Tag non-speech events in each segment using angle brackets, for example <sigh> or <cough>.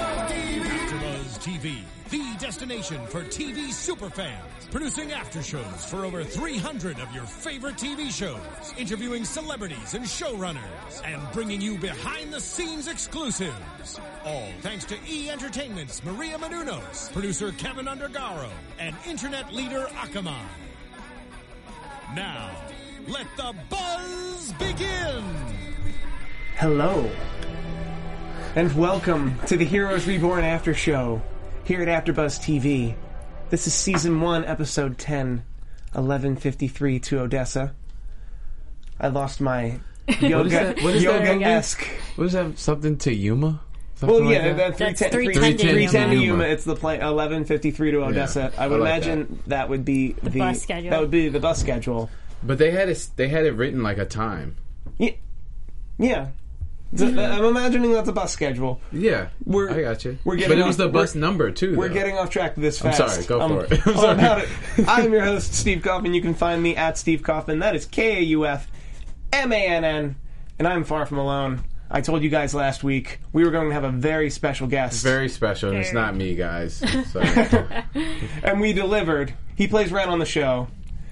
AfterBuzz TV, the destination for TV superfans, producing aftershows for over 300 of your favorite TV shows, interviewing celebrities and showrunners, and bringing you behind-the-scenes exclusives. All thanks to E Entertainment's Maria Menounos, producer Kevin Undergaro, and internet leader Akamai. Now, let the buzz begin. Hello. And welcome to the Heroes Reborn After Show here at AfterBuzz TV. This is season 1, episode 10, 1153 to Odessa. I lost my is yoga that- <laughs> what is that yoga esque. What does that have something to Yuma? Something Well, yeah, like that? that 310 310 That's 310 310 Yuma. Yuma. It's the play 1153 to Odessa. I I would like imagine that. would be the, bus schedule. That would be the bus schedule. but they had it. They had it written like a time. Yeah. yeah. Th- Mm-hmm. I'm imagining that's a bus schedule. Yeah, We're- I got you. we're but getting- it was the bus we're- number too. We're though. getting off track this fast. sorry, go Um, for it. <laughs> I'm all sorry. about it. I am your host, Steve Coffin. You can find me at Steve Coffin. That is K A U F M A N N. And I'm far from alone. I told you guys last week we were going to have a very special guest. very special, and it's Very. not <laughs> me, guys. So, yeah, And we delivered. He plays Ren on the show.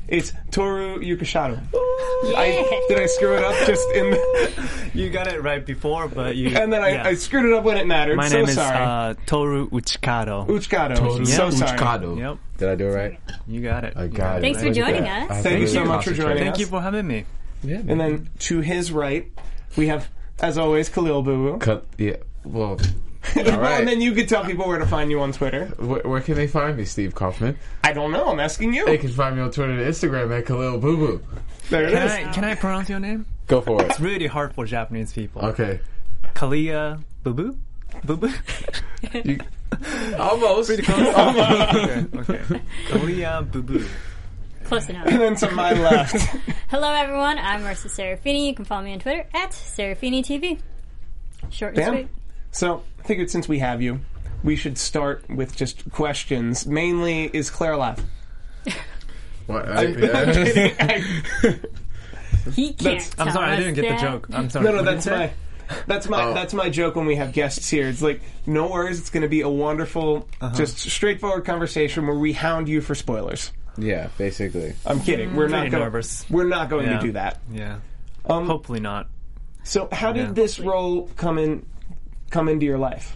It's Toru Yukishado. I, did I screw it up just in the, You got it right before, but you. And then I, yeah. I screwed it up when it mattered. My so name is sorry. uh, Toru Uchikado. Uchikado. So Toru sorry. Uchikado. Yep, Did I do it right? you got it. I got it. Thanks for Look at joining us. that. I Thank you really so much for joining concentrated. Thank you for having me. Yeah, And then to his right, we have, as always, Khalil Boo. cut. Yeah. <laughs> Well, all Well, right. and then you could tell people where to find you on Twitter. where, where can they find me, Steve Kaufman? I don't know. I'm asking you. They can find me on Twitter and Instagram at Khalil Boo Boo. there it Can is. I, can I pronounce your name? Go for it. It's really hard for Japanese people. Okay. Kalia Bubu? Bubu? <laughs> You, <laughs> almost. okay, okay. Kalia Bubu. Close enough. And then to <laughs> my left, Hello, everyone. I'm Marissa Serafini. You can follow me on Twitter at Serafini TV. Short and Bam. sweet. So I figured since we have you, we should start with just questions. Mainly, is Claire alive? <laughs> What? He can't. That's- I'm tell sorry, I us didn't get the that. joke. I'm sorry. No, no, What did that's you say? my. That's my Oh. that's my joke when we have guests here. It's like no worries. It's going to be a wonderful, just straightforward conversation where we hound you for spoilers. <laughs> yeah, basically. I'm kidding. We're not Pretty going. nervous. We're not going Yeah. to do that. Yeah. Um, Hopefully not. So how did Yeah. this role come in? Come into your life?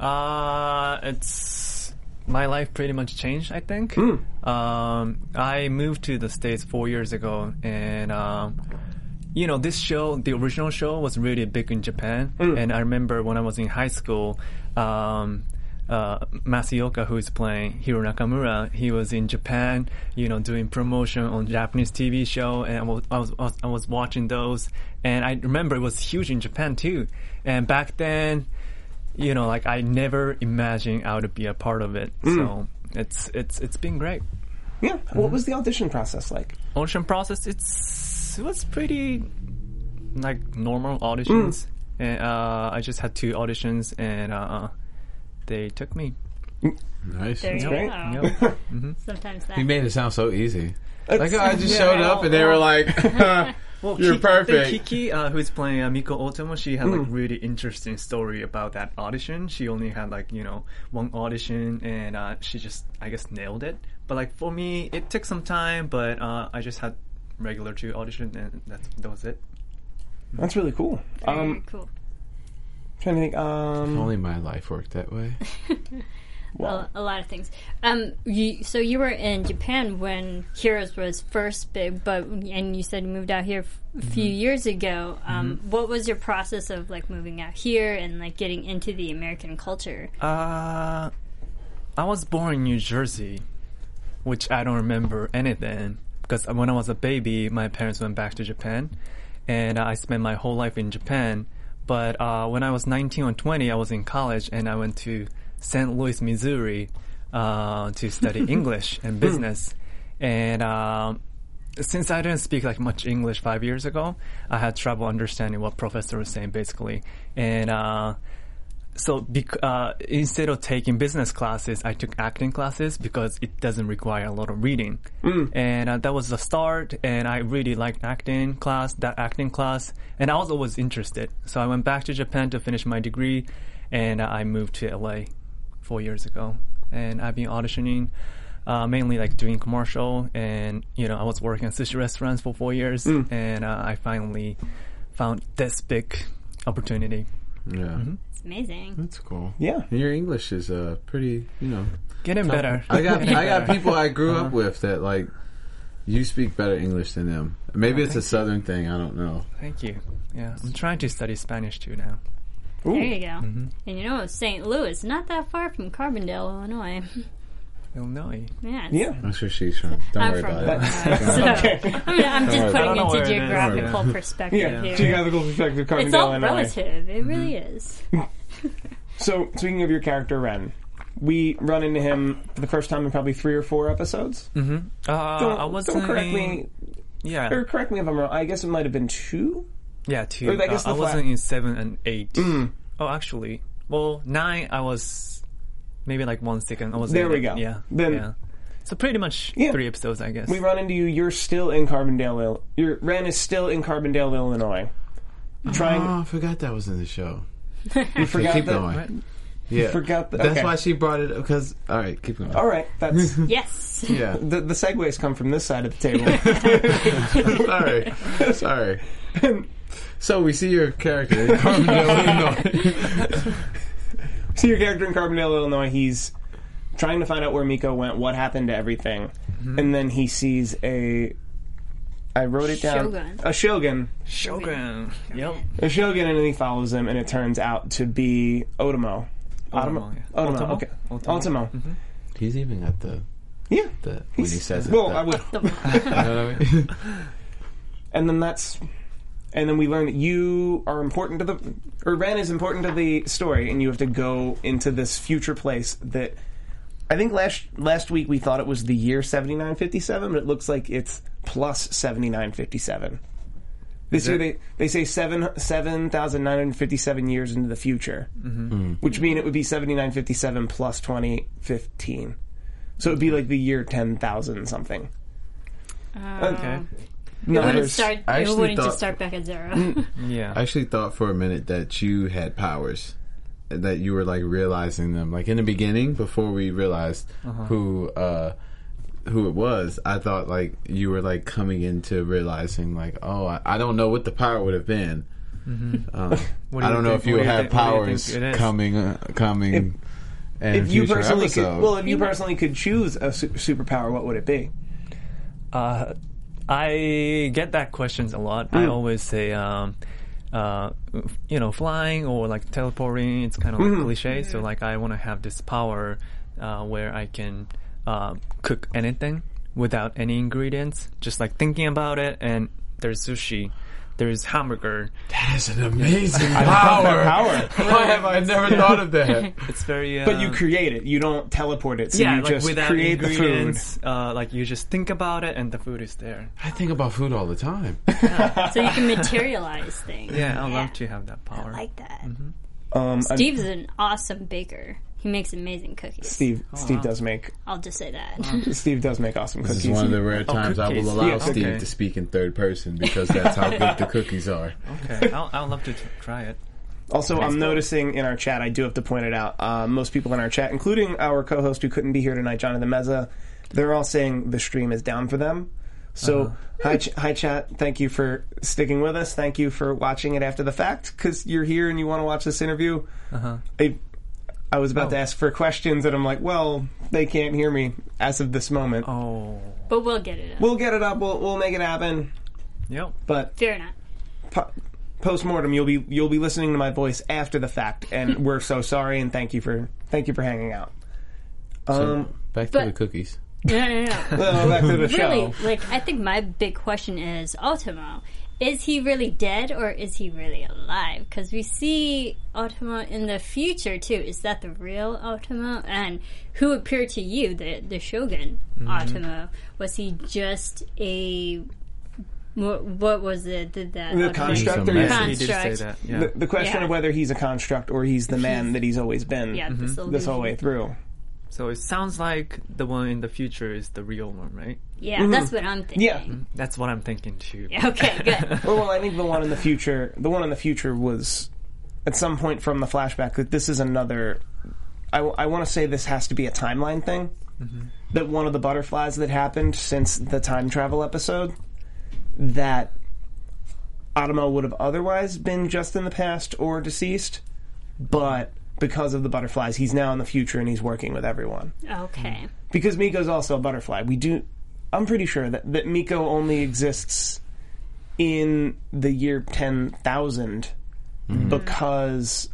Uh, it's my life pretty much changed. I think. Um, I moved to the states four years ago, and um, you know, this show, the original show, was really big in Japan. And I remember when I was in high school. Um, uh, Masioka, who is playing Hiro Nakamura, he was in Japan, you know, doing promotion on Japanese TV show, and I was, I was- I was, I was watching those, and I remember it was huge in Japan too. And back then, you know, like I never imagined I would be a part of it. So it's it's it's been great. Yeah. Mm-hmm. What was the audition process like? Audition process, it's it was pretty like normal auditions, and uh, I just had two auditions, and uh, they took me. Nice. There you great. go. Yep. Sometimes that. He made it sound so easy. Like It's- I just showed up and they <laughs> were like, <laughs> Well, You're perfect. Hmm. Kiki, uh, who's playing uh, Miko Otomo, she had like really interesting story about that audition. She only had like you know one audition, and uh, she just I guess nailed it. But like for me, it took some time, but uh, I just had regular two audition, and that's that was it. That's really cool. Very Um, cool. trying to think. Um, "Only my life worked that way." A, a lot of things. Um, you, so you were in Japan when Heroes was first big, but and you said you moved out here f- a few Mm-hmm. years ago. Um, What was your process of like moving out here and like getting into the American culture? Uh, I was born in New Jersey, which I don't remember anything because when I was a baby, my parents went back to Japan, and I spent my whole life in Japan. But uh, when I was 19 or 20, I was in college and I went to St. Louis, Missouri, uh, to study English and business. And um, since I didn't speak like much English five years ago, I had trouble understanding what professor was saying basically. And uh, so bec- uh, instead of taking business classes, I took acting classes because it doesn't require a lot of reading. And uh, that was the start. And I really liked acting class, that acting class. And I was always interested. So I went back to Japan to finish my degree. And uh, I moved to LA four years ago. And I've been auditioning. Uh, mainly like doing commercial and you know i was working at sushi restaurants for four years and uh, i finally found this big opportunity Yeah. It's Mm-hmm. amazing. That's cool. Yeah. And your English is uh, pretty, you know. getting better <laughs> I got Getting I got better. people I grew Uh-huh. up with that like you speak better English than them. Maybe it's a southern thing, I don't know. Thank you. Yeah, I'm trying to study Spanish too now. Ooh. There you go. Mm-hmm. And you know, St. Louis, not that far from Carbondale, Illinois. Illinois. Yeah. it's- Yeah. I'm sure she's from. Don't I'm worry from about it. Illinois, <laughs> so I mean, I'm just worry putting about it. I don't know where into it is. geographical Yeah. perspective Yeah. here. Geographical perspective, Carbondale, it's all Illinois. relative. It really Mm-hmm. <laughs> is. So, speaking of your character, Ren, we run into him for the first time in probably three or four episodes. Uh, I don't, was don't correct in- me, Yeah, or correct me if I'm wrong. I guess it might have been two. yeah, two. Or I guess Uh, I the wasn't flat- Mm. in seven and eight. Oh, actually, well, nine. I was maybe like one second. I was There in we it. go. Yeah. Then- yeah. So pretty much Yeah. three episodes, I guess. We run into you. You're still in Carbondale. Ill- Your Ren is still in Carbondale, Illinois. Trying, <laughs> Oh, I forgot that was in the show. you Okay, forgot keep that. going. Yeah. forgot that- That's okay. why she brought it up cuz all right, keep going. All right, that's Yes. Yeah. the the segues come from this side of the table. Sorry. Sorry. So we see your character <laughs> in Carbondale, Illinois. So your character in Carbondale, Illinois, he's trying to find out where Miko went, what happened to everything, and then he sees a. I wrote it down. Shogun. A shogun, Shogun. Yep. a shogun, and then he follows him, and it turns out to be Otomo. Otomo, yeah. Otomo. Otomo? Okay. Otomo. Otomo. He's even got the Yeah. the when he says it. Well, the- I would. <laughs> you know what I mean? And then that's. And then we learn that you are important to the. Or Ren is important to the story, and you have to go into this future place that. I think last last week we thought it was the year 7957, but it looks like it's plus 7957. This year they, they say seven 7,957 years into the future, which mean it would be 7957 plus 2015. So it would be like the year 10,000 something. Okay. It wouldn't, Numbers. start, I it actually wouldn't thought- Mm. just start back at zero. Yeah. <laughs> I actually thought for a minute that you had powers, that you were like realizing them. Like in the beginning, before we realized Uh-huh. who uh, who it was, I thought like you were like coming into realizing like, oh, I, I don't know what the power would have been. Um, I What do you don't know think- if you what do you had think- what do you powers think it is? coming uh, coming. in if you future personally could, episodes. well, if you personally could choose a su- superpower, what would it be? Uh, I get that questions a lot. Mm. I always say, um, uh, you know, flying or like teleporting. It's kind of Mm-hmm. like cliche. So like, I want to have this power uh, where I can uh, cook anything without any ingredients. Just like thinking about it, and there's sushi, there's hamburger. That's an amazing power. Why have <laughs> I never thought of <laughs> that? It's very. Uh, But you create it. You don't teleport it. So yeah, you like just without create the food. ingredients, uh, like you just think about it and the food is there. I think about food all the time. <laughs> so you can materialize things. Yeah, I love to have that power. I like that. Mm-hmm. Um, I- Steve's an awesome baker. He makes amazing cookies. Steve, Steve does make I'll just say that. Steve does make awesome This cookies. is one of the <laughs> rare times I cookies. will allow Yeah, Steve okay. to speak in third person because that's how good the cookies are. okay, I'll, I'll love to t- try it. also, I'm noticing in our chat. I do have to point it out. Uh, most people in our chat, including our co-host who couldn't be here tonight, Jonathan Meza, they're all saying the stream is down for them. So, hi, ch- hi, chat. Thank you for sticking with us. Thank you for watching it after the fact because you're here and you want to watch this interview. I, I was about to ask for questions, and I'm like, well, they can't hear me as of this moment. Oh, <laughs> But we'll get it up. We'll get it up. We'll we'll make it happen. yep. But Fear <laughs> not. po- post mortem, you'll be you'll be listening to my voice after the fact, and we're so sorry. And thank you for thank you for hanging out. Um, Back but- to the cookies. No, no, no. no. well, back to the really, show. like, I think my big question is Ultimo. Is he really dead or is he really alive? Because we see Ultimo in the future too. Is that the real Ultimo? And who appeared to Mm-hmm. you, the the Shogun Ultimo? Was he just a What, what was it? Did that The what was it? construct He's a or man. He did say that. Construct. Yeah. the, the question Yeah. of whether he's a construct or he's the man He's- that he's always been Yeah, Mm-hmm. this illusion. this whole way through. so it sounds like the one in the future is the real one, right? Yeah, that's what I'm thinking. Mm-hmm. Yeah. That's what I'm thinking too. Okay, good. <laughs> Well, well, I think the one in the future, the one in the future was at some point from the flashback that this is another. I, want to say this has to be a timeline thing. That one of the butterflies that happened since the time travel episode, that Adamo would have otherwise been just in the past or deceased, but because of the butterflies, he's now in the future and he's working with everyone. Mm-hmm. Okay. Because Miko's also a butterfly. We do. I'm pretty sure that, that Miko only exists in the year 10,000 because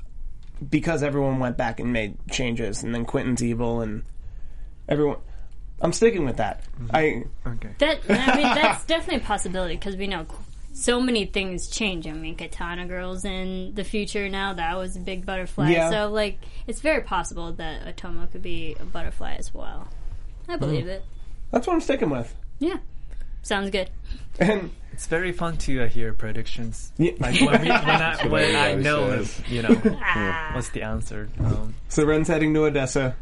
because everyone went back and made changes and then Quentin's evil and everyone I'm sticking with that. I Okay. That I mean, that's definitely a possibility because we know so many things change. I mean, Katana Girls in the future now. That was a big butterfly. Yeah. So like, it's very possible that Otomo could be a butterfly as well. Mm-hmm. I believe it. that's what I'm sticking with. Yeah, sounds good. And It's very fun to uh, <laughs> hear predictions. Yeah. Like when, we, when I, when I Always know, says. you <laughs> know, Ah. what's the answer. Um, so Ren's heading to Odessa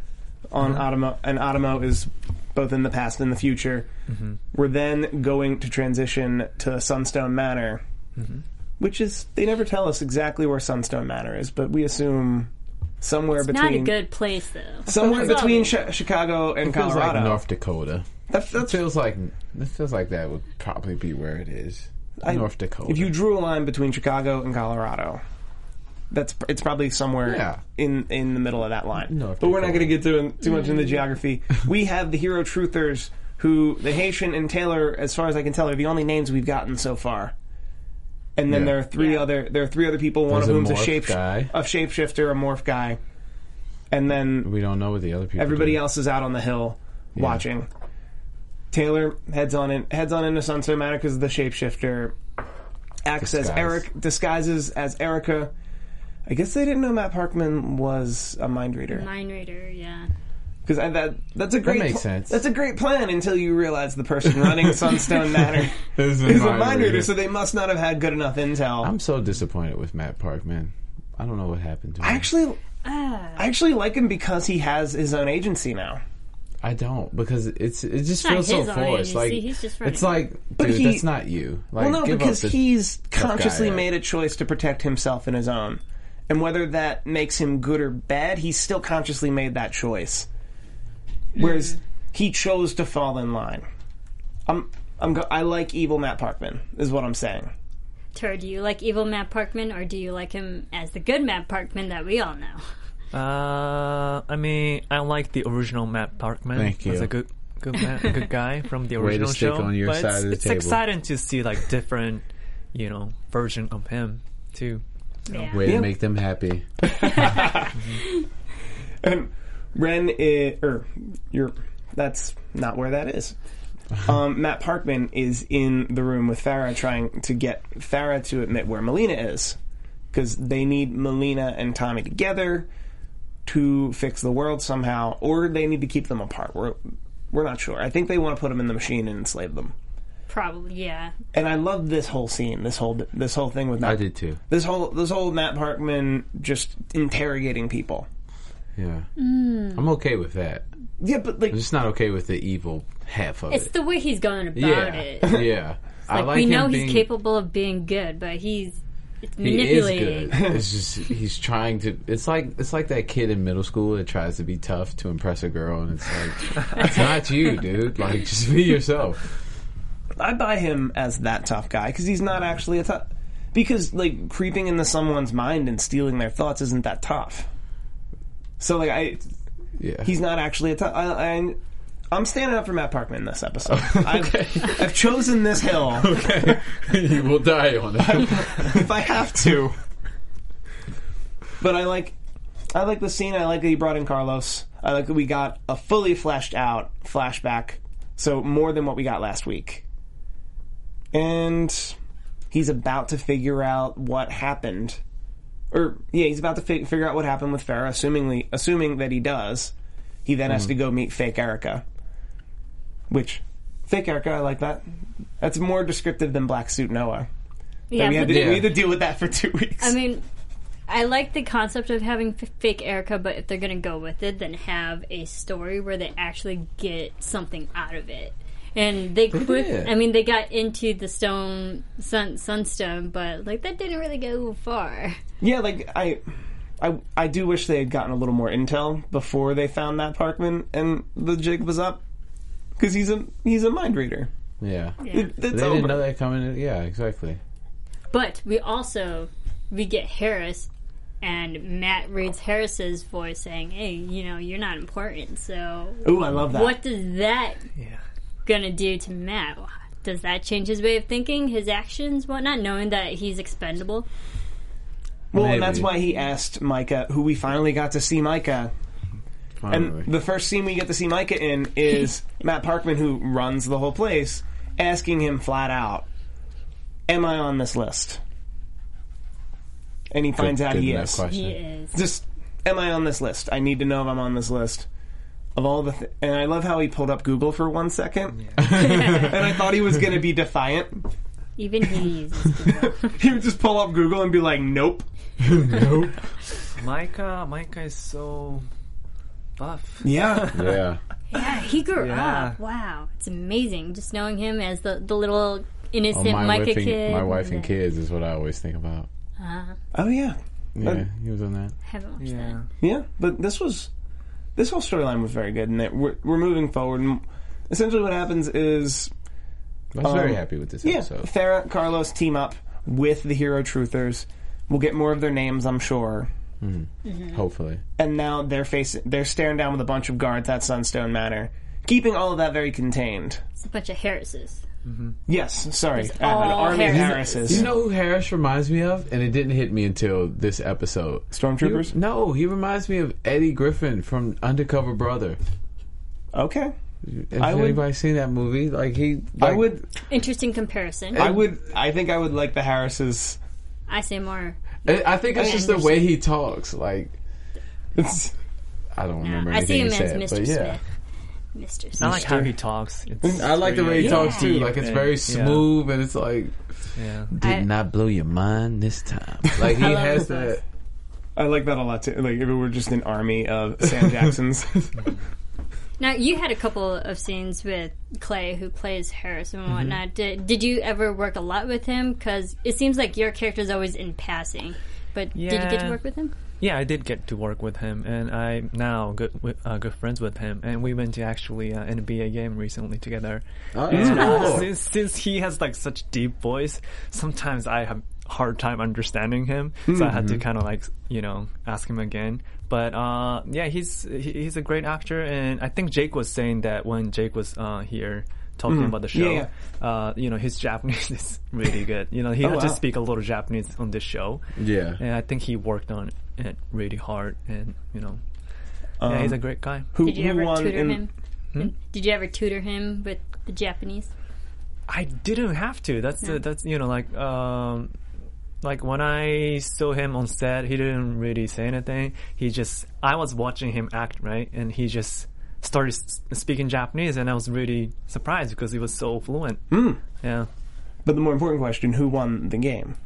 on Mm-hmm. Adamo and Adamo is both in the past and the future. Mm-hmm. We're then going to transition to Sunstone Manor. Mm-hmm. Which is they never tell us exactly where Sunstone Manor is, but we assume somewhere between Not a good place though. somewhere That's all. between chi- Chicago and It feels like Colorado. North Dakota. that's, That that's feels like it feels like that would probably be where it is. I- North Dakota. If you drew a line between Chicago and Colorado, that's it's probably somewhere Yeah. in in the middle of that line. North but we're not Dakota. going to get too in, too much into <laughs> geography. We have the hero truthers, who the Haitian and Taylor, as far as I can tell, are the only names we've gotten so far. And then Yeah. there are three Yeah. other there are three other people. One There's of a whom's a morph shape guy. a shapeshifter, a morph guy, and then we don't know what the other people. Everybody do. else is out on the hill watching. Taylor heads on in heads on into Sunset Manor because the shapeshifter acts as Disguise. Eric disguises as Erica. I guess they didn't know Matt Parkman was a mind reader Mind reader. Yeah. because that that's a great makes sense. That's a great plan until you realize the person <laughs> running Sunstone Manor is is a mind reader, so they must not have had good enough intel. I'm so disappointed with Matt Parkman. I don't know what happened to him. I actually, Ah. I actually like him because he has his own agency now. I don't because it's it just not feels so his own forced. agency, Like he's just running. it's like, But dude, he- that's not you. Like, well, no, give up because the- he's guy consciously out. made a choice to protect himself and his own. And whether that makes him good or bad, he still consciously made that choice. Whereas he chose to fall in line. I'm, I'm, go- I like evil Matt Parkman, is what I'm saying. Tur, do you like evil Matt Parkman or do you like him as the good Matt Parkman that we all know? uh, I mean, I like the original Matt Parkman. Thank you. He's a good, good, man, good guy from <laughs> the to original stick show. on your but side it's, of the it's table. exciting to see like different, you know, version of him too. Yeah. way Yeah. to make them happy. And Ren, i or you're, that's not where that is. Um, Matt Parkman is in the room with Farah trying to get Farah to admit where Melina is. Because they need Melina and Tommy together to fix the world somehow, or they need to keep them apart. We're, we're not sure. I think they want to put them in the machine and enslave them. Probably, yeah. And I love this whole scene, this whole this whole thing with Matt. I did too. This whole this whole Matt Parkman just interrogating people. Yeah, Mm. I'm okay with that. Yeah, but like I'm just not okay with the evil half of It's it. the way he's going about yeah, it. <laughs> yeah. I Like, like we him know being, he's capable of being good, but he's it's He is good. manipulating. <laughs> It's just he's trying to. It's like it's like that kid in middle school that tries to be tough to impress a girl, and it's like it's not you, dude. Like just be yourself. I buy him as that tough guy because he's not actually a tough. Because like creeping into someone's mind and stealing their thoughts isn't that tough. So like I, Yeah, he's not actually a tough. I, I, I'm standing up for Matt Parkman this episode. I've, I've chosen this hill okay. <laughs> you will die on <laughs> it. if I have to. <laughs> But I like, I like the scene. I like that he brought in Carlos. I like that we got a fully fleshed out flashback. So more than what we got last week. And he's about to figure out what happened. Or yeah, he's about to fi- figure out what happened with Farah. Assumingly, assuming that he does, he then has to go meet fake Erica. Which fake Erica, I like that. That's more descriptive than Black Suit Noah. Yeah, we, had but to, Yeah. we had to deal with that for two weeks. I mean, I like the concept of having f- fake Erica, but if they're going to go with it, then have a story where they actually get something out of it. And they quit. did. I mean, they got into the stone sun sunstone, but like that didn't really go far. yeah, like I, I, I do wish they had gotten a little more intel before they found that Parkman and the jig was up, because he's a he's a mind reader. Yeah. Yeah. It- it's They over. didn't know that coming. Yeah, exactly. But we also we get Harris, and Matt reads Harris's voice saying, "Hey, you know, you're not important." So Ooh, I love that. what does that Yeah. gonna do to Matt? Does that change his way of thinking, his actions, whatnot, knowing that he's expendable? Well, and Maybe. that's why he asked Micah, who we finally got to see Micah. Finally. And the first scene we get to see Micah in <laughs> is Matt Parkman, who runs the whole place, asking him flat out, "Am I on this list?" And he finds out Good he enough is. question. He <laughs> is. Just, am I on this list? I need to know if I'm on this list. Of all the, th- and I love how he pulled up Google for one second, <laughs> and I thought he was going to be defiant. Even he uses Google. He would just pull up Google and be like, "Nope." nope. Micah, Micah is so buff. Yeah. Yeah. yeah, <laughs> he grew Yeah. up. Wow. It's amazing just knowing him as the, the little innocent Oh, my, Micah wife and, kid. my wife and kids is what I always think about. Uh, Oh yeah. Yeah, Uh, he was on that. haven't watched Yeah. Yeah, but this was this whole storyline was very good, and it, we're, we're moving forward. And essentially, what happens is I was very Um, happy with this yeah, episode. Farah Carlos team up with the hero truthers. We'll get more of their names, I'm sure. Hopefully. And now they're facing they're staring down with a bunch of guards at Sunstone Manor, keeping all of that very contained. that. It's a bunch of Harrises. Yes, sorry, uh, an all army of Harrises. Harrises, You know who Harris reminds me of? And it didn't hit me until this episode. stormtroopers. He- no, he reminds me of Eddie Griffin from Undercover Brother. Okay, Has I would- anybody seen that movie? Like he, I like- would, Interesting comparison. I I, would, I think I would like the Harrises. <laughs> say more. I I think it's I just the way he talks. Like It's, I don't Yeah, remember I see anything him he as Mr. said, but yeah, Smith. Mr. I Smith. like how he talks. It's I like the way he really talks too. deep Like it's and- very yeah, smooth, and it's like Yeah. did I- not blow your mind this time. <laughs> Like he I love has his voice. that. I like that a lot too. Like if it were just an army of <laughs> Sam Jacksons. Now you had a couple of scenes with Clay, who plays Harris and Mm-hmm. whatnot. Did, did you ever work a lot with him? Because it seems like your character's always in passing. But did you get to Yeah. work with him? Yeah, I did get to work with him, and I'm now good with, uh, good friends with him. And we went to actually uh, NBA game recently together. Oh, And, uh, cool. since, since he has like such deep voice, sometimes I have hard time understanding him. So I had Mm-hmm. to kind of like you know ask him again. But uh, yeah, he's he, he's a great actor, and I think Jake was saying that when Jake was uh, here talking about the show, Mm. Yeah, Uh, you know his Japanese <laughs> is really good. You know he Oh, had wow. to speak a little Japanese on this show. Yeah. And I think he worked on it really hard, and you know, yeah, he's a great guy. Um, Who, Did you who ever won tutor in- Hmm? him? Did you ever tutor him with the Japanese? I didn't have to. That's the, that's you know like um like when I saw him on set, he didn't really say anything. He just I was watching him act right, and he just started s- speaking Japanese, and I was really surprised because he was so fluent. Hmm. Yeah. But the more important question: Who won the <laughs> game?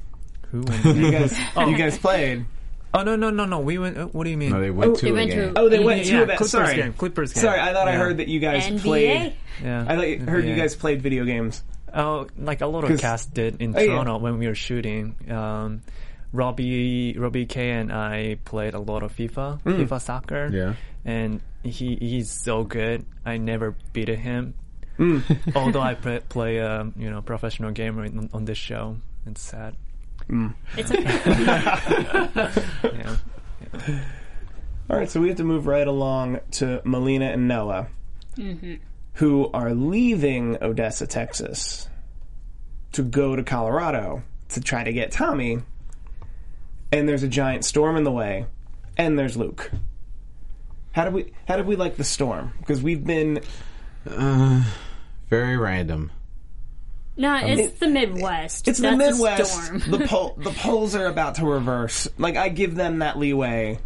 Who? You guys, you guys played. <laughs> oh no no no no. We went. uh, What do you mean? No, they went Oh, to they a went game. to- Oh, they Yeah, went yeah, to yeah, that. Clippers Sorry, game. Clippers game. sorry. I thought I Yeah. heard that you guys NBA. played. yeah. I like, heard you NBA. guys played video games. Oh, like a lot 'Cause- of cast did in Oh, yeah. Toronto when we were shooting. Um, Robbie, Robbie K, and I played a lot of FIFA, Hmm. FIFA soccer. Yeah. and he he's so good. I never beat him, Hmm. <laughs> although <laughs> I play, play um, you know professional gamer in, on this show. It's sad. Hmm. It's okay. <laughs> Yeah. All right, so we have to move right along to Melina and Noah, Mm-hmm. who are leaving Odessa, Texas, to go to Colorado to try to get Tommy. And there's a giant storm in the way, and there's Luke. How did we how did we like the storm? Because we've been Uh, very random. no, it's the Midwest. Um, it's That's the <laughs> a storm. Midwest. the pol- the poles are about to reverse. Like I give them that leeway.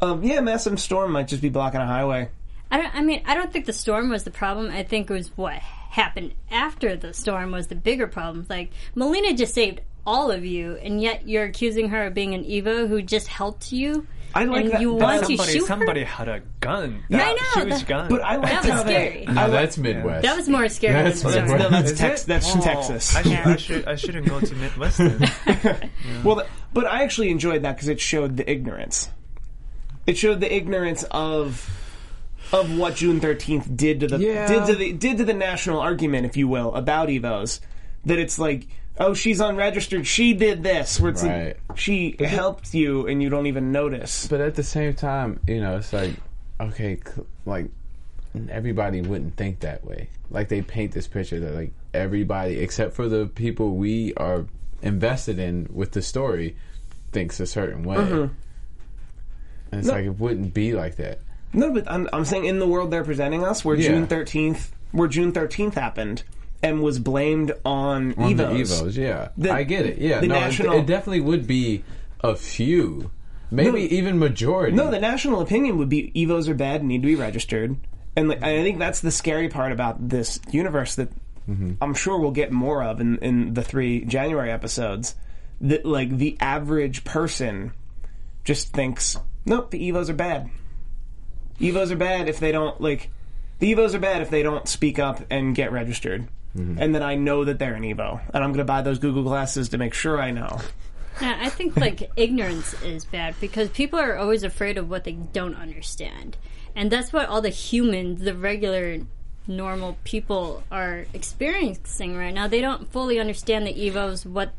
Um, yeah, massive storm might just be blocking a highway. I don't. I mean, I don't think the storm was the problem. I think it was what happened after the storm was the bigger problem. Like Melina just saved all of you, and yet you're accusing her of being an Evo who just helped you. I like and that- You that want to somebody shoot somebody her? had a gun. Yeah, That I know, huge that- gun. But I like That was how scary. they. No, I Now like- that's Midwest. That was more scary That's than the what- storm. No, that's Is Tex- it? that's from Oh, Texas. I, should, I, <laughs> should, I shouldn't go to Midwest. then. Well, th- but I actually enjoyed that because it showed the ignorance. It showed the ignorance of of what June thirteenth did to the Yeah. did to the did to the national argument, if you will, about Evos. That it's like, oh, she's unregistered. She did this. Where it's like, Right. she helped you, and you don't even notice. But at the same time, you know, it's like, okay, c- like everybody wouldn't think that way. Like they paint this picture that like everybody, except for the people we are invested in with the story, thinks a certain way. And it's No. like it wouldn't be like that. No, but I'm I'm saying in the world they're presenting us, where Yeah. June thirteenth, where June thirteenth happened, and was blamed on, On the Evos. Evos, yeah, The- I get it. Yeah, the no, it- national- it, definitely would be a few, maybe No. even majority. No, the national opinion would be Evos are bad, need to be registered. And like, I think that's the scary part about this universe that I'm sure we'll get more of in, in the three January episodes. That like the average person just thinks, nope, the Evos are bad. Evos are bad if they don't like. The Evos are bad if they don't speak up and get registered. And then I know that they're an Evo, and I'm going to buy those Google glasses to make sure I know. Yeah, I think like ignorance is bad because people are always afraid of what they don't understand, and that's what all the humans, the regular, normal people, are experiencing right now. They don't fully understand the evos, what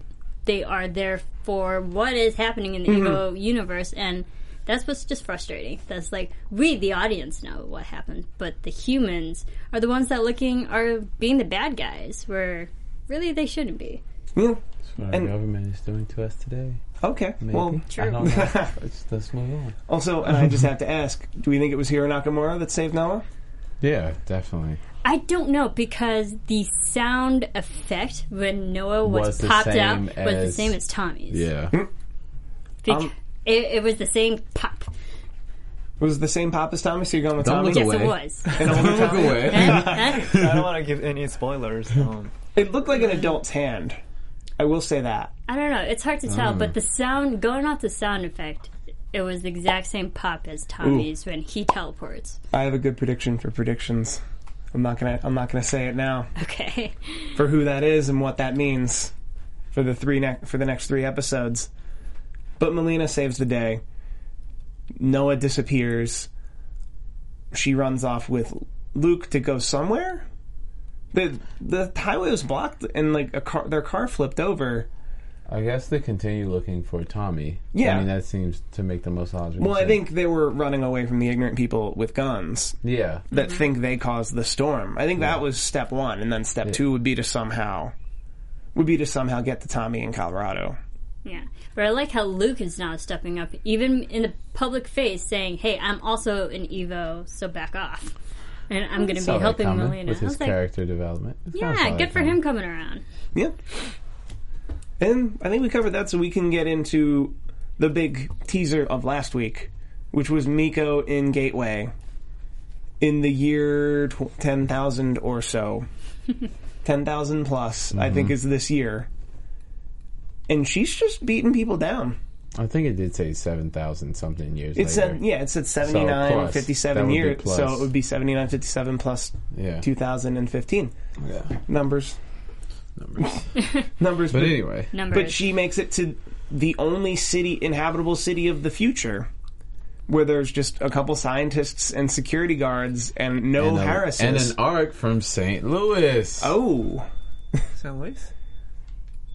they are there for, what is happening in the evo universe, and that's what's just frustrating. That's like we, the audience, know what happened, but the humans are the ones that looking are being the bad guys, where really they shouldn't be. Yeah. What and- our government is doing to us today. Okay. Maybe. <laughs> Well, I True. <laughs> don't know. Let's- let's move on. Also, and I just have to ask, do we think it was Hiro Nakamura that saved Noah? Yeah, definitely. I don't know because the sound effect when Noah Was was, the popped out same was the as- same as <laughs> Tommy's. Yeah. Bec- Um, it, it was the same pop. Was it the same pop as Tommy, so you're going with Don't Tommy? look Yes, Away. it <laughs> was. Don't look away. Huh? Huh? I don't want to give any spoilers. Um, It looked like an adult's hand. I will say that. I don't know. It's hard to tell, Mm. but the sound going off the sound effect, it was the exact same pop as Tommy's when he teleports. <laughs> I have a good prediction for predictions. I'm not gonna I'm not gonna say it now. Okay, For who that is and what that means for the three ne- for the next three episodes. But Melina saves the day. Noah disappears. She runs off with Luke to go somewhere. The the highway was blocked and like a car their car flipped over. I guess they continue looking for Tommy. Yeah. I mean, that seems to make the most logical Well, I sense. think they were running away from the ignorant people with guns Yeah. that think they caused the storm. I think that was step one, and then step two would be to somehow would be to somehow get to Tommy in Colorado. yeah. But I like how Luke is now stepping up, even in the public face, saying, "Hey, I'm also an Evo, so back off." And I'm going to Saw be that helping coming Melina. with I his was like, character development. It's Yeah, not saw good that for coming. him coming around. Yeah. And I think we covered that, so we can get into the big teaser of last week, which was Miko in Gateway in the year tw- 10,000 or so. 10,000 plus, I Mm-hmm. think, is this year. And she's just beating people down. I think it did say seven thousand something years. It said, later. yeah, it said 79, plus. That 57 would be years. plus. So it would be 79, 57 plus yeah, 2015. yeah. Numbers. Numbers. <laughs> Numbers. But anyway, Numbers. But she makes it to the only city, inhabitable city of the future, where there's just a couple scientists and security guards and no and, a- Harrises. and an arc from St. Louis. oh, San Luis?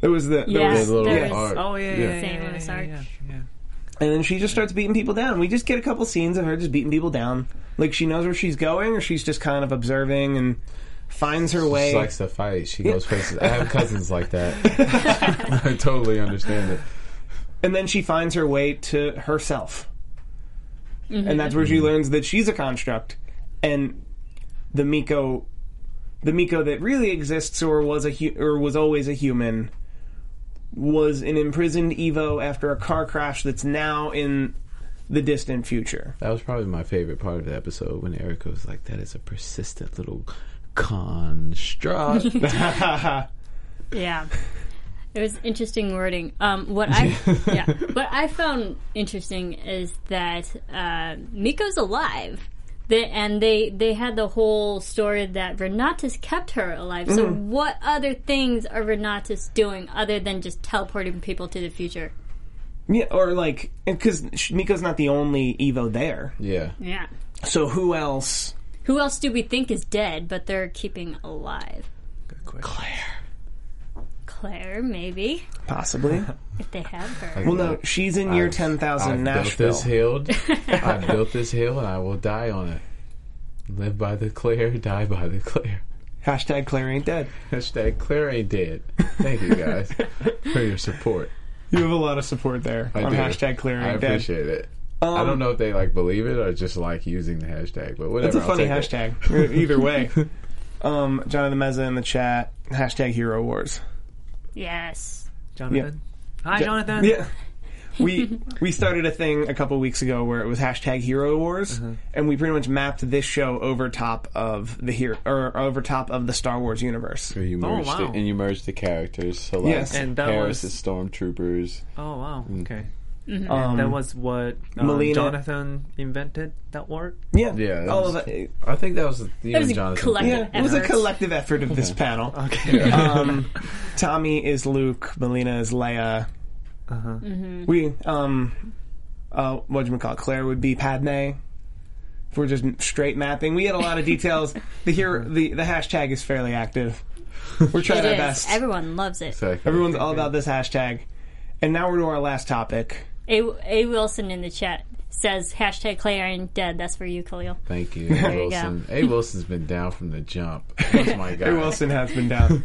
there was the there Yeah. the was- little Yes. arc. Oh yeah, Yeah. yeah, Saint yeah, Louis yeah, Arch. yeah, yeah. and then she just starts beating people down. We just get a couple scenes of her just beating people down. Like she knows where she's going, or she's just kind of observing and finds her way. She likes to fight. She goes places. I have cousins like that. <laughs> <laughs> I totally understand it. and then she finds her way to herself. And that's where she learns that she's a construct and the Miko the Miko that really exists or was a hu- or was always a human was an imprisoned Evo after a car crash that's now in the distant future. That was probably my favorite part of the episode when Erica was like, "That is a persistent little <laughs> construct. <laughs> Yeah. It was interesting wording. Um, what I yeah, what I found interesting is that uh, Miko's alive, they, and they they had the whole story that Renatus kept her alive. So what other things are Renatus doing other than just teleporting people to the future? Yeah, or like, because Miko's not the only Evo there. yeah. Yeah, So who else? who else do we think is dead but they're keeping alive? Good question. Claire, maybe Possibly. if they have her. Well, no, she's <laughs> in year ten thousand Nashville. Built this hill. <laughs> I built this hill, and I will die on it. Live by the Claire, die by the Claire. Hashtag Claire ain't dead. Hashtag Claire ain't dead. Thank you guys for your support. You have a lot of support there I on do. hashtag Claire I ain't dead. appreciate it. I don't know if they like believe it or just like using the hashtag, but whatever. Um, That's a I'll funny take it. hashtag. <laughs> Either way. Um, Jonathan Meza in the chat. Hashtag Hero Wars. Yes. Jonathan. Hi, Jonathan. <laughs> Yeah. We we started a thing a couple weeks ago where it was hashtag Hero Wars, Uh-huh. and we pretty much mapped this show over top of the hero or over top of the Star Wars universe. So you Oh, merged wow. it, and you merged the characters. So like Yes. And that Paris was- is stormtroopers. Oh wow. Okay. Um, that was what um, Melina- Jonathan invented. That word. yeah, Yeah, that All was- of that. I think that was the theme was of Jonathan. collective Yeah, it was a Effort. collective effort of <laughs> this Uh-huh. panel. Okay. Um, Tommy is Luke. Melina is Leia. Mm-hmm. We um, uh, what you call Claire would be Padme. If we're just straight mapping, we had a lot of details. the here the the hashtag is fairly active. We're trying It our is. best. Everyone loves it. Exactly. Everyone's all about this hashtag. And now we're to our last topic. A, A Wilson in the chat says hashtag Claire ain't dead. That's for you, <laughs> Khalil. <laughs> Thank you, A. you go. Wilson. A. Wilson's been down from the jump. That's my guy. Ray Wilson has been down.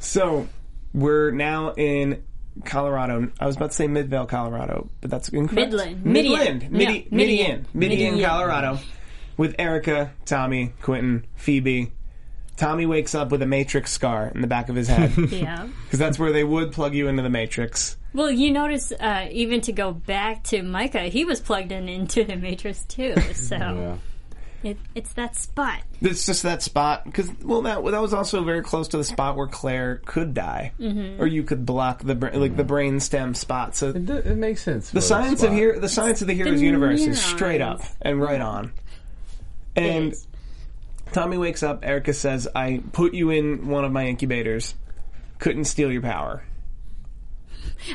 so we're now in Colorado. I was about to say Midvale, Colorado, but that's incorrect. Midland. Midland, Midian. Midi- Midian, No, Midian. Midian, Midian. Colorado, with Erica, Tommy, Quentin, Phoebe. Tommy wakes up with a Matrix scar in the back of his <laughs> head because Yeah. that's where they would plug you into the Matrix. well, you notice uh, even to go back to Micah, he was plugged in into the Matrix <laughs> too. So Yeah. it, it's that spot. It's just that spot because well, that that was also very close to the spot where Claire could die, Mm-hmm. or you could block the bra- like the brainstem spot. So It, do- it makes sense. the science of here, the science of the hero's the universe is neurons. straight up and right on. And It's- Tommy wakes up. Erica says, "I put you in one of my incubators. Couldn't steal your power.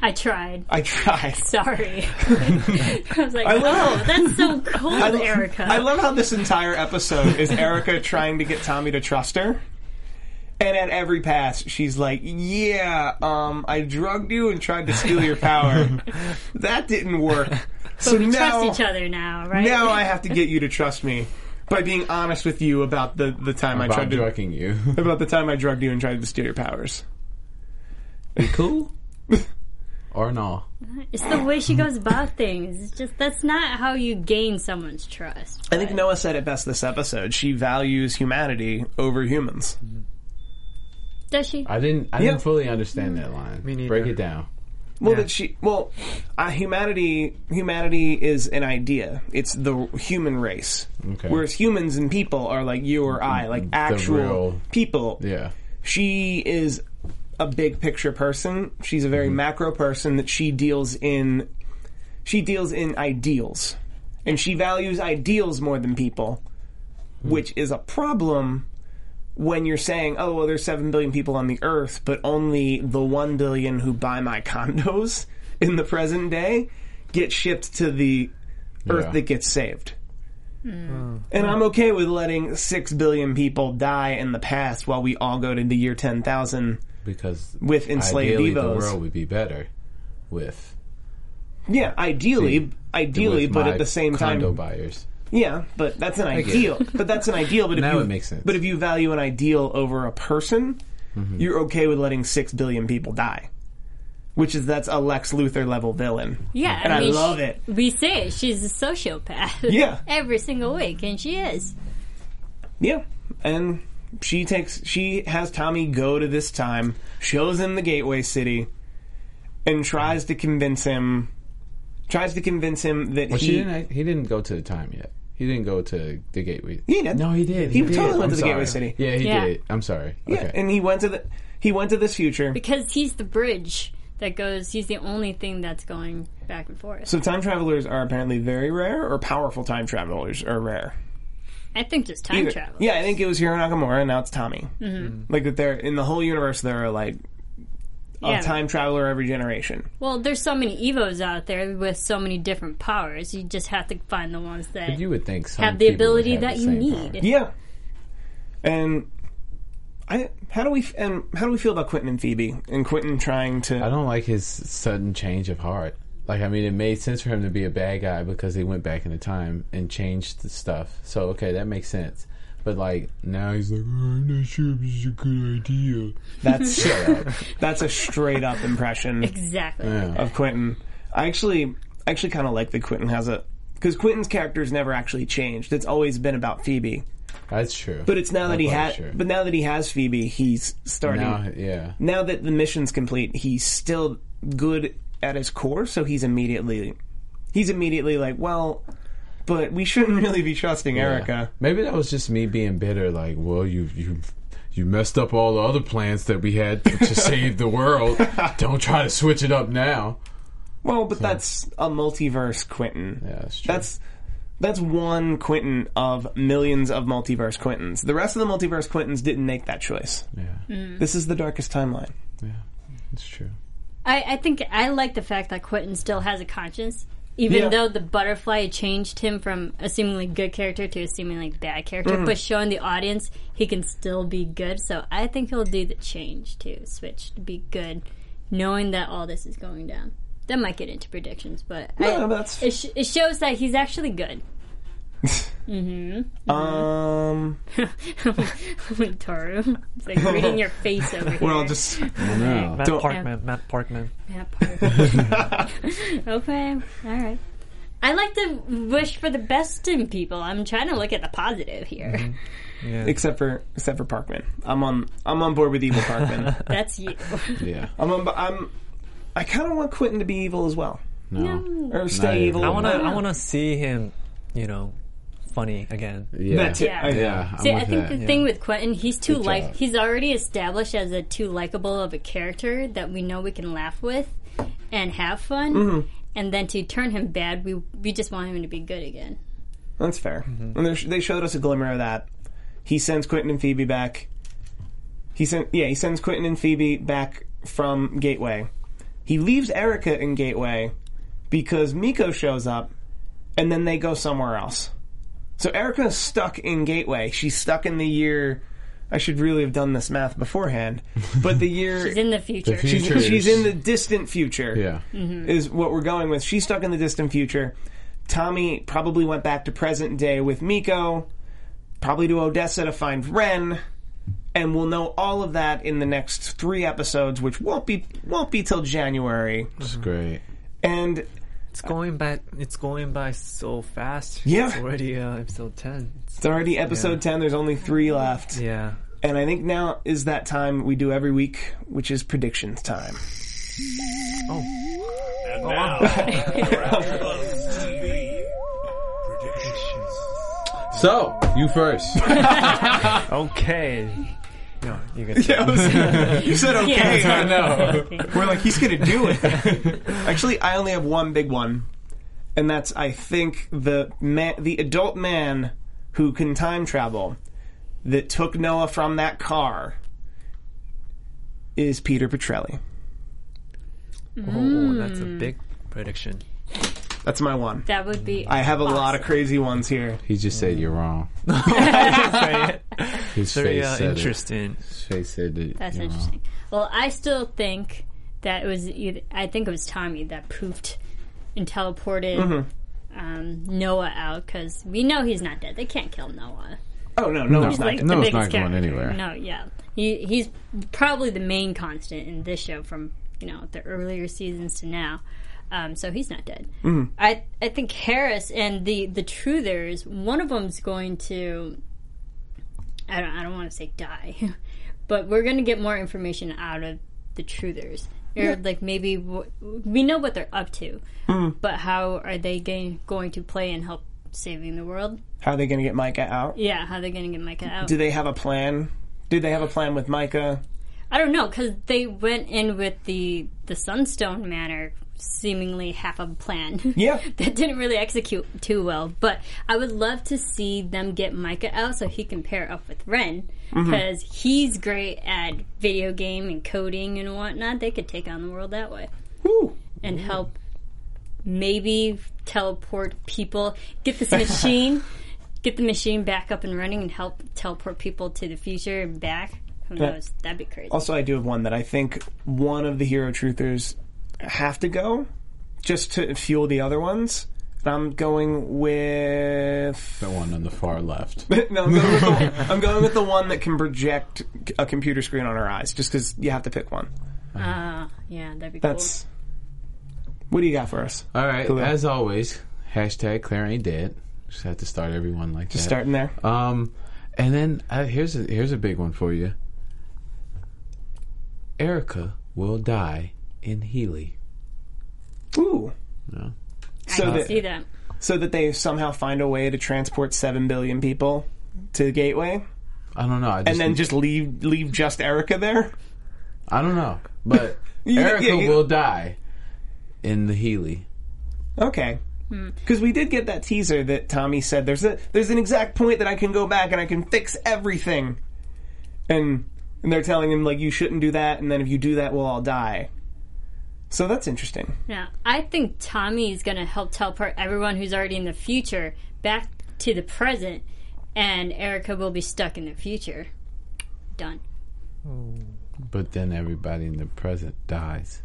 I tried. I <laughs> tried." <laughs> Sorry. <laughs> I was like, love- oh, that's so cool, Erica. I love how this entire episode is <laughs> Erica trying to get Tommy to trust her. And at every pass, she's like, "Yeah, um, I drugged you and tried to steal your <laughs> power. that didn't work. so we now, trust each other now, right? now I have to get you to trust me by being honest with you about the the time I About tried to <laughs> drugging you. about the time I drugged you and tried to steal your powers. You cool? <laughs> or no? it's the way she goes about things. It's just that's not how you gain someone's trust. I think Noah said it best this episode. She values humanity over humans. Does she? I didn't. I Yeah. didn't fully understand that line. Me neither. Break it down. Well, Yeah. that she well, uh, humanity humanity is an idea. It's the human race. Okay. Whereas humans and people are like you or I, like actual real- people. Yeah. She is a big picture person. She's a very macro person that she deals in. She deals in ideals, and she values ideals more than people, which is a problem when you're saying, "Oh, well, there's seven billion people on the Earth, but only the one billion who buy my <laughs> condos in the present day get shipped to the Earth Yeah. that gets saved." And I'm okay with letting six billion people die in the past while we all go to the year ten thousand. Because With enslaved ideally, the Evos. world would be better with Yeah, ideally, ideally, with but my at the same time, condo buyers. yeah. But that's an get ideal. But that's an ideal. But if Now you, it makes sense. Mm-hmm. But if you value an ideal over a person, you're okay with letting six billion people die, which is that's a Lex Luthor level villain. Yeah, and I, mean, love she- it. We say it, she's a sociopath. Yeah. <laughs> every single week, and she is. Yeah, and she takes she has Tommy go to this time, shows him the gateway city, and tries to convince him. Tries to convince him that Well, he she didn't. act- He didn't go to the time yet. He didn't go to the Gateway. He did. No, he did. He did. totally went I'm to the sorry. Gateway City. Yeah, he Yeah. did. I'm sorry. Yeah, okay. and he went to the he went to this future. because he's the bridge that goes. He's the only thing that's going back and forth. So time travelers are apparently very rare, or powerful time travelers are rare. I think just time Either- travel. Yeah, I think it was Hiro Nakamura, and now it's Tommy. Mm-hmm. Like that, there in the whole universe, there are like a Yeah. time traveler every generation. Well, there's so many Evos out there with so many different powers. You just have to find the ones that you would think some have the people would ability have that the you same need. power. Yeah, and I how do we f- and how do we feel about Quentin and Phoebe and Quentin trying I to? don't like his sudden change of heart. Like, I mean, it made sense for him to be a bad guy because he went back in the time and changed the stuff. So, okay, that makes sense. But, like, now he's like, "Oh, I'm not sure if this is a good idea. <laughs> That's Shut up. that's a straight up impression. <laughs> Exactly. of Quentin. I actually I actually kind of like that Quentin has a because Quentin's character's never actually changed. It's always been about Phoebe, That's true. but it's now that he That's had true. but now that he has Phoebe, he's starting. now, Now, yeah. that the mission's complete, he's still good at his core, so he's immediately he's immediately like, well, but we shouldn't <laughs> really be trusting Yeah. Erica. Maybe that was just me being bitter. Like, well, you you you messed up all the other plans that we had to, <laughs> to save the world. Don't try to switch it up now. Well, but that's a multiverse Quentin. Yeah, that's true. That's that's one Quentin of millions of multiverse Quentins. The rest of the multiverse Quentins didn't make that choice. yeah, This is the darkest timeline. <laughs> yeah, that's true. I, I think I like the fact that Quentin still has a conscience, even Yeah. though the butterfly changed him from a seemingly good character to a seemingly bad character. Mm. But showing the audience he can still be good, so I think he'll do the change to switch to be good, knowing that all this is going down. That might get into predictions, but I- No, that's- it, sh- it shows that he's actually good. <laughs> Um, Toru, it's like reading your face over here. well, just No, Matt Don't- Parkman. Matt Parkman. That part. <laughs> okay, all right. I like to wish for the best in people. I'm trying to look at the positive here. Mm-hmm. Yeah. except for except for Parkman, I'm on I'm on board with evil Parkman. <laughs> That's you. yeah, Oh, I'm on, I'm I kind of want Quentin to be evil as well, no. or Not stay evil. evil. I wanna I wanna see him, you know, funny again. Yeah, That's it. Yeah. I- <laughs> yeah. I See, I want think the that. thing with Quentin, he's too Good like job. he's already established as a too likable of a character that we know we can laugh with and have fun. And then to turn him bad, we we just want him to be good again. That's fair. And they they showed us a glimmer of that. He sends Quentin and Phoebe back. He sent yeah he sends Quentin and Phoebe back from Gateway. He leaves Erica in Gateway because Miko shows up, and then they go somewhere else. So Erica's stuck in Gateway. She's stuck in the year. I should really have done this math beforehand, but the year He's in the future. <laughs> fu- she's, Future she's is- in the distant future yeah, is what we're going with. She's stuck in the distant future. Tommy probably went back to present day with Miko, probably to Odessa to find Ren, and we'll know all of that in the next three episodes, which won't be won't be till January. it's great. And It's going by it's going by so fast. Yeah. It's already uh, episode ten. It's- it's already episode ten. There's only three left, yeah. and I think now is that time we do every week, which is predictions time. And now, AfterBuzz TV predictions. So you <laughs> first. Okay. No, you can <laughs> you said okay. Yeah. know. We're like, he's gonna do it. Actually, I only have one big one, and that's I think the man, the adult man who can time travel that took Noah from that car is Peter Petrelli. Oh, that's a big prediction. That's my one. That would be. I have a lot of crazy ones here. <laughs> He just said you're <laughs> wrong. His Very face uh, said it. interesting. His face said it. That's you're wrong. interesting. Well, I still think that it was either I think it was Tommy that poofed and teleported um, Noah out because we know he's not dead. They can't kill Noah. Oh no, no, He's he's Like not. No, the it's biggest not going character. anywhere. No, yeah, he, he's probably the main constant in this show from you know the earlier seasons to now. Um, so he's not dead. I I think Harris and the the Truthers. One of them's going to. I don't. I don't want to say die, <laughs> but we're going to get more information out of the Truthers. Or like maybe w- we know what they're up to, but how are they gain, going to play and help saving the world. How are they going to get Micah out? Yeah, how they're going to get Micah out. Do they have a plan? Did they have a plan with Micah? I don't know because they went in with the the Sunstone Manor seemingly half a plan. Yeah. <laughs> that didn't really execute too well. But I would love to see them get Micah out so he can pair up with Ren Mm-hmm. because he's great at video game and coding and whatnot. They could take on the world that way Woo! and help maybe teleport people, get <laughs> this machine, get the machine back up and running, and help teleport people to the future and back. Who Yeah. knows? That'd be crazy. Also, I do have one that I think one of the hero truthers have to go just to fuel the other ones. And I'm going with. <laughs> The one on the far left. No, I'm going with, the, I'm going with the one that can project a computer screen on her eyes, just because you have to pick one. Ah, yeah, that'd be That's. What do you got for us? All right, Cool. as always, hashtag Claire ain't dead. Just have to start everyone like Just that. starting there. Um, and then uh, here's a here's a big one for you. Erica will die in Healy. Ooh. Yeah. cool. So I can that- see that. So that they somehow find a way to transport seven billion people to the gateway, I don't know. I just, and then just leave leave just Erica there. I don't know, <laughs> but You- Erica yeah, you- will die in the Healy. Okay. Hmm. Because we did get that teaser that Tommy said there's a there's an exact point that I can go back and I can fix everything, and and they're telling him like you shouldn't do that, and then if you do that, we'll all die. So that's interesting. Yeah, I think Tommy is going to help teleport everyone who's already in the future back to the present, and Erica will be stuck in the future. Done. But then everybody in the present dies.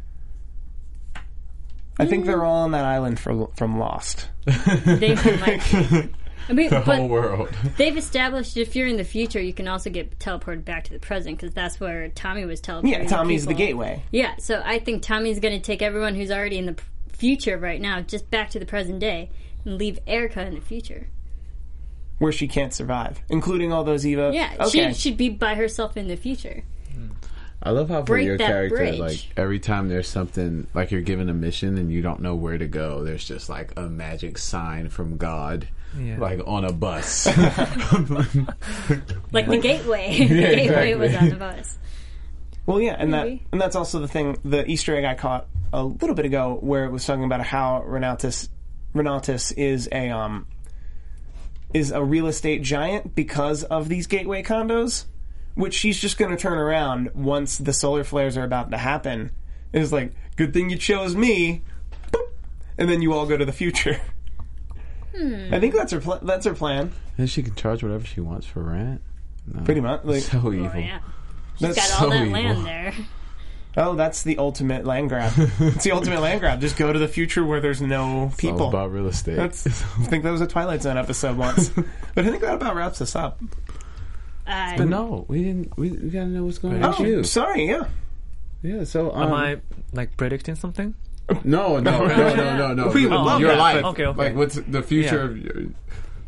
I think they're all on that island for, from Lost. They <laughs> might. I mean, <laughs> The but whole world. they've established if you're in the future, you can also get teleported back to the present because that's where Tommy was teleporting. Yeah, Tommy's the people. gateway. Yeah, so I think Tommy's going to take everyone who's already in the p- future right now just back to the present day and leave Erica in the future. where she can't survive, including all those Eva. Yeah, okay. she should be by herself in the future. I love how for Break your that character, bridge. like every time there's something like you're given a mission and you don't know where to go, there's just like a magic sign from God, Yeah. like on a <laughs> bus. Like the <laughs> gateway. the gateway was on exactly. the bus. well, yeah, and Maybe. that and that's also the thing, the Easter egg I caught a little bit ago, where it was talking about how Renatus Renatus is a um is a real estate giant because of these gateway condos, which she's just going to turn around once the solar flares are about to happen. It's like, good thing you chose me, Boop. and then you all go to the future. I think that's her pl- that's her plan, then she can charge whatever she wants for rent. No. pretty much. Like, So evil. Oh, yeah. that's got so all that evil. land there. Oh, that's the ultimate land grab. it's the ultimate land grab. Just go to the future where there's no It's all people. about real estate. That's, I think that was a Twilight Zone episode <laughs> once. but I think that about wraps us up. Uh, but <laughs> no, we didn't. We, we gotta know what's going on. Oh, with you. sorry. Yeah. Yeah. So um, Oh. Am I like predicting something? No, no, no, <laughs> no, no, no. We would Oh, love your that, life. but- Okay, okay. Like what's the future Yeah. of your? Uh,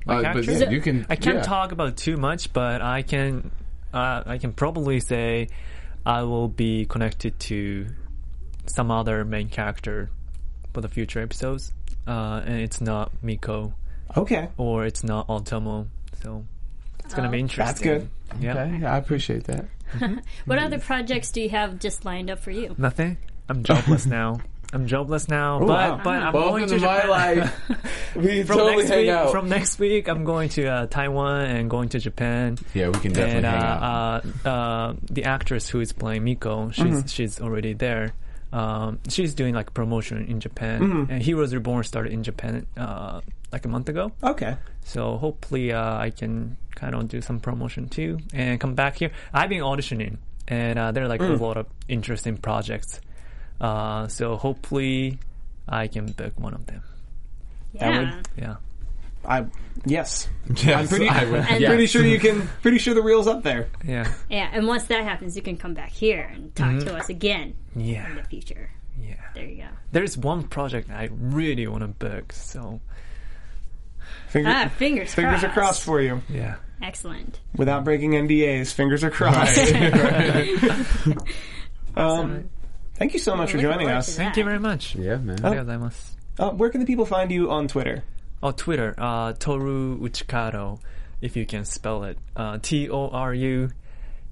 but character? yeah, you can. I can't yeah. talk about too much, but I can, uh, I can probably say, I will be connected to some other main character for the future episodes, uh, and it's not Miko Okay. or it's not Otomo, so it's gonna be interesting. That's good. Yeah. Okay, I appreciate that. what other projects do you have just lined up for you? Nothing. I'm jobless now. I'm jobless now, but wow. but I'm Welcome going to to my Japan. life. We From totally next hang week, out. from next week, I'm going to uh, Taiwan and going to Japan. yeah, we can definitely <laughs> and uh, hang out. uh, uh, the actress who is playing Miko, she's she's already there. Um, she's doing like promotion in Japan, and Heroes Reborn started in Japan uh, like a month ago. Okay. So hopefully, uh, I can kind of do some promotion too and come back here. I've been auditioning, and uh, there are like a lot of interesting projects. Uh, so hopefully, I can pick one of them. Yeah. would- Yeah. I yes. Yes, I'm pretty. I <laughs> would- I'm yes. pretty sure you can. Pretty sure the reel's up there. Yeah, Yeah, and once that happens, you can come back here and talk Mm-hmm. to us again in yeah, the future. yeah. There you go. There's one project I really want to book, so Finger, Ah, fingers fingers crossed. are crossed for you. yeah. Excellent. Without breaking NDAs, fingers are crossed. <laughs> um, thank you so much for Looking joining forward us. to that. Oh, Thank you very much. yeah, man. ありがとうございます。 Uh, where can the people find you on Twitter? Oh, Twitter, uh, Toru Uchikado, if you can spell it. Uh, T O R U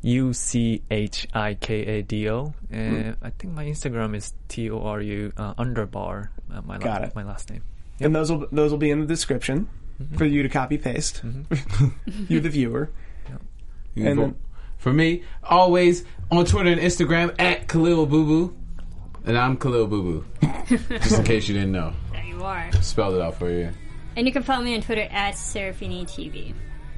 U C H I K A D O. And I think my Instagram is T O R U uh, underbar, uh, my, Got la- it. my last name. And those will those will be in the description Mm-hmm. for you to copy paste. <laughs> you, the viewer. You can And vote. then- for me, always on Twitter and Instagram at Khalil Boo Boo. And I'm Khalil Boo <laughs> Boo. Just in case you didn't know. There you are. Spelled it out for you. And you can follow me on Twitter at Serafini TV.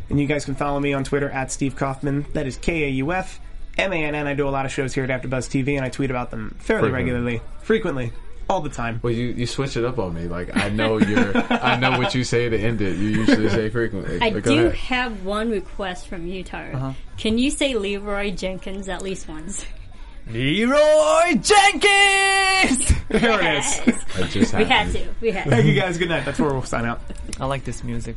And you guys can follow me on Twitter at Steve Kaufman. That is K A U F M A N N. I do a lot of shows here at AfterBuzz TV, and I tweet about them fairly Frequently. regularly, frequently, all the time. Well, you, you switch it up on me. Like I know you're, I know what you say to end it. You usually say frequently. I But go do ahead. have one request from you, Tara. Uh-huh. Can you say Leroy Jenkins at least once? Leroy Jenkins! There it <laughs> is. <laughs> Yes. I just we have had to. We had Thank to. you guys. Good night. That's where we'll sign out. I like this music.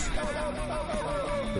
The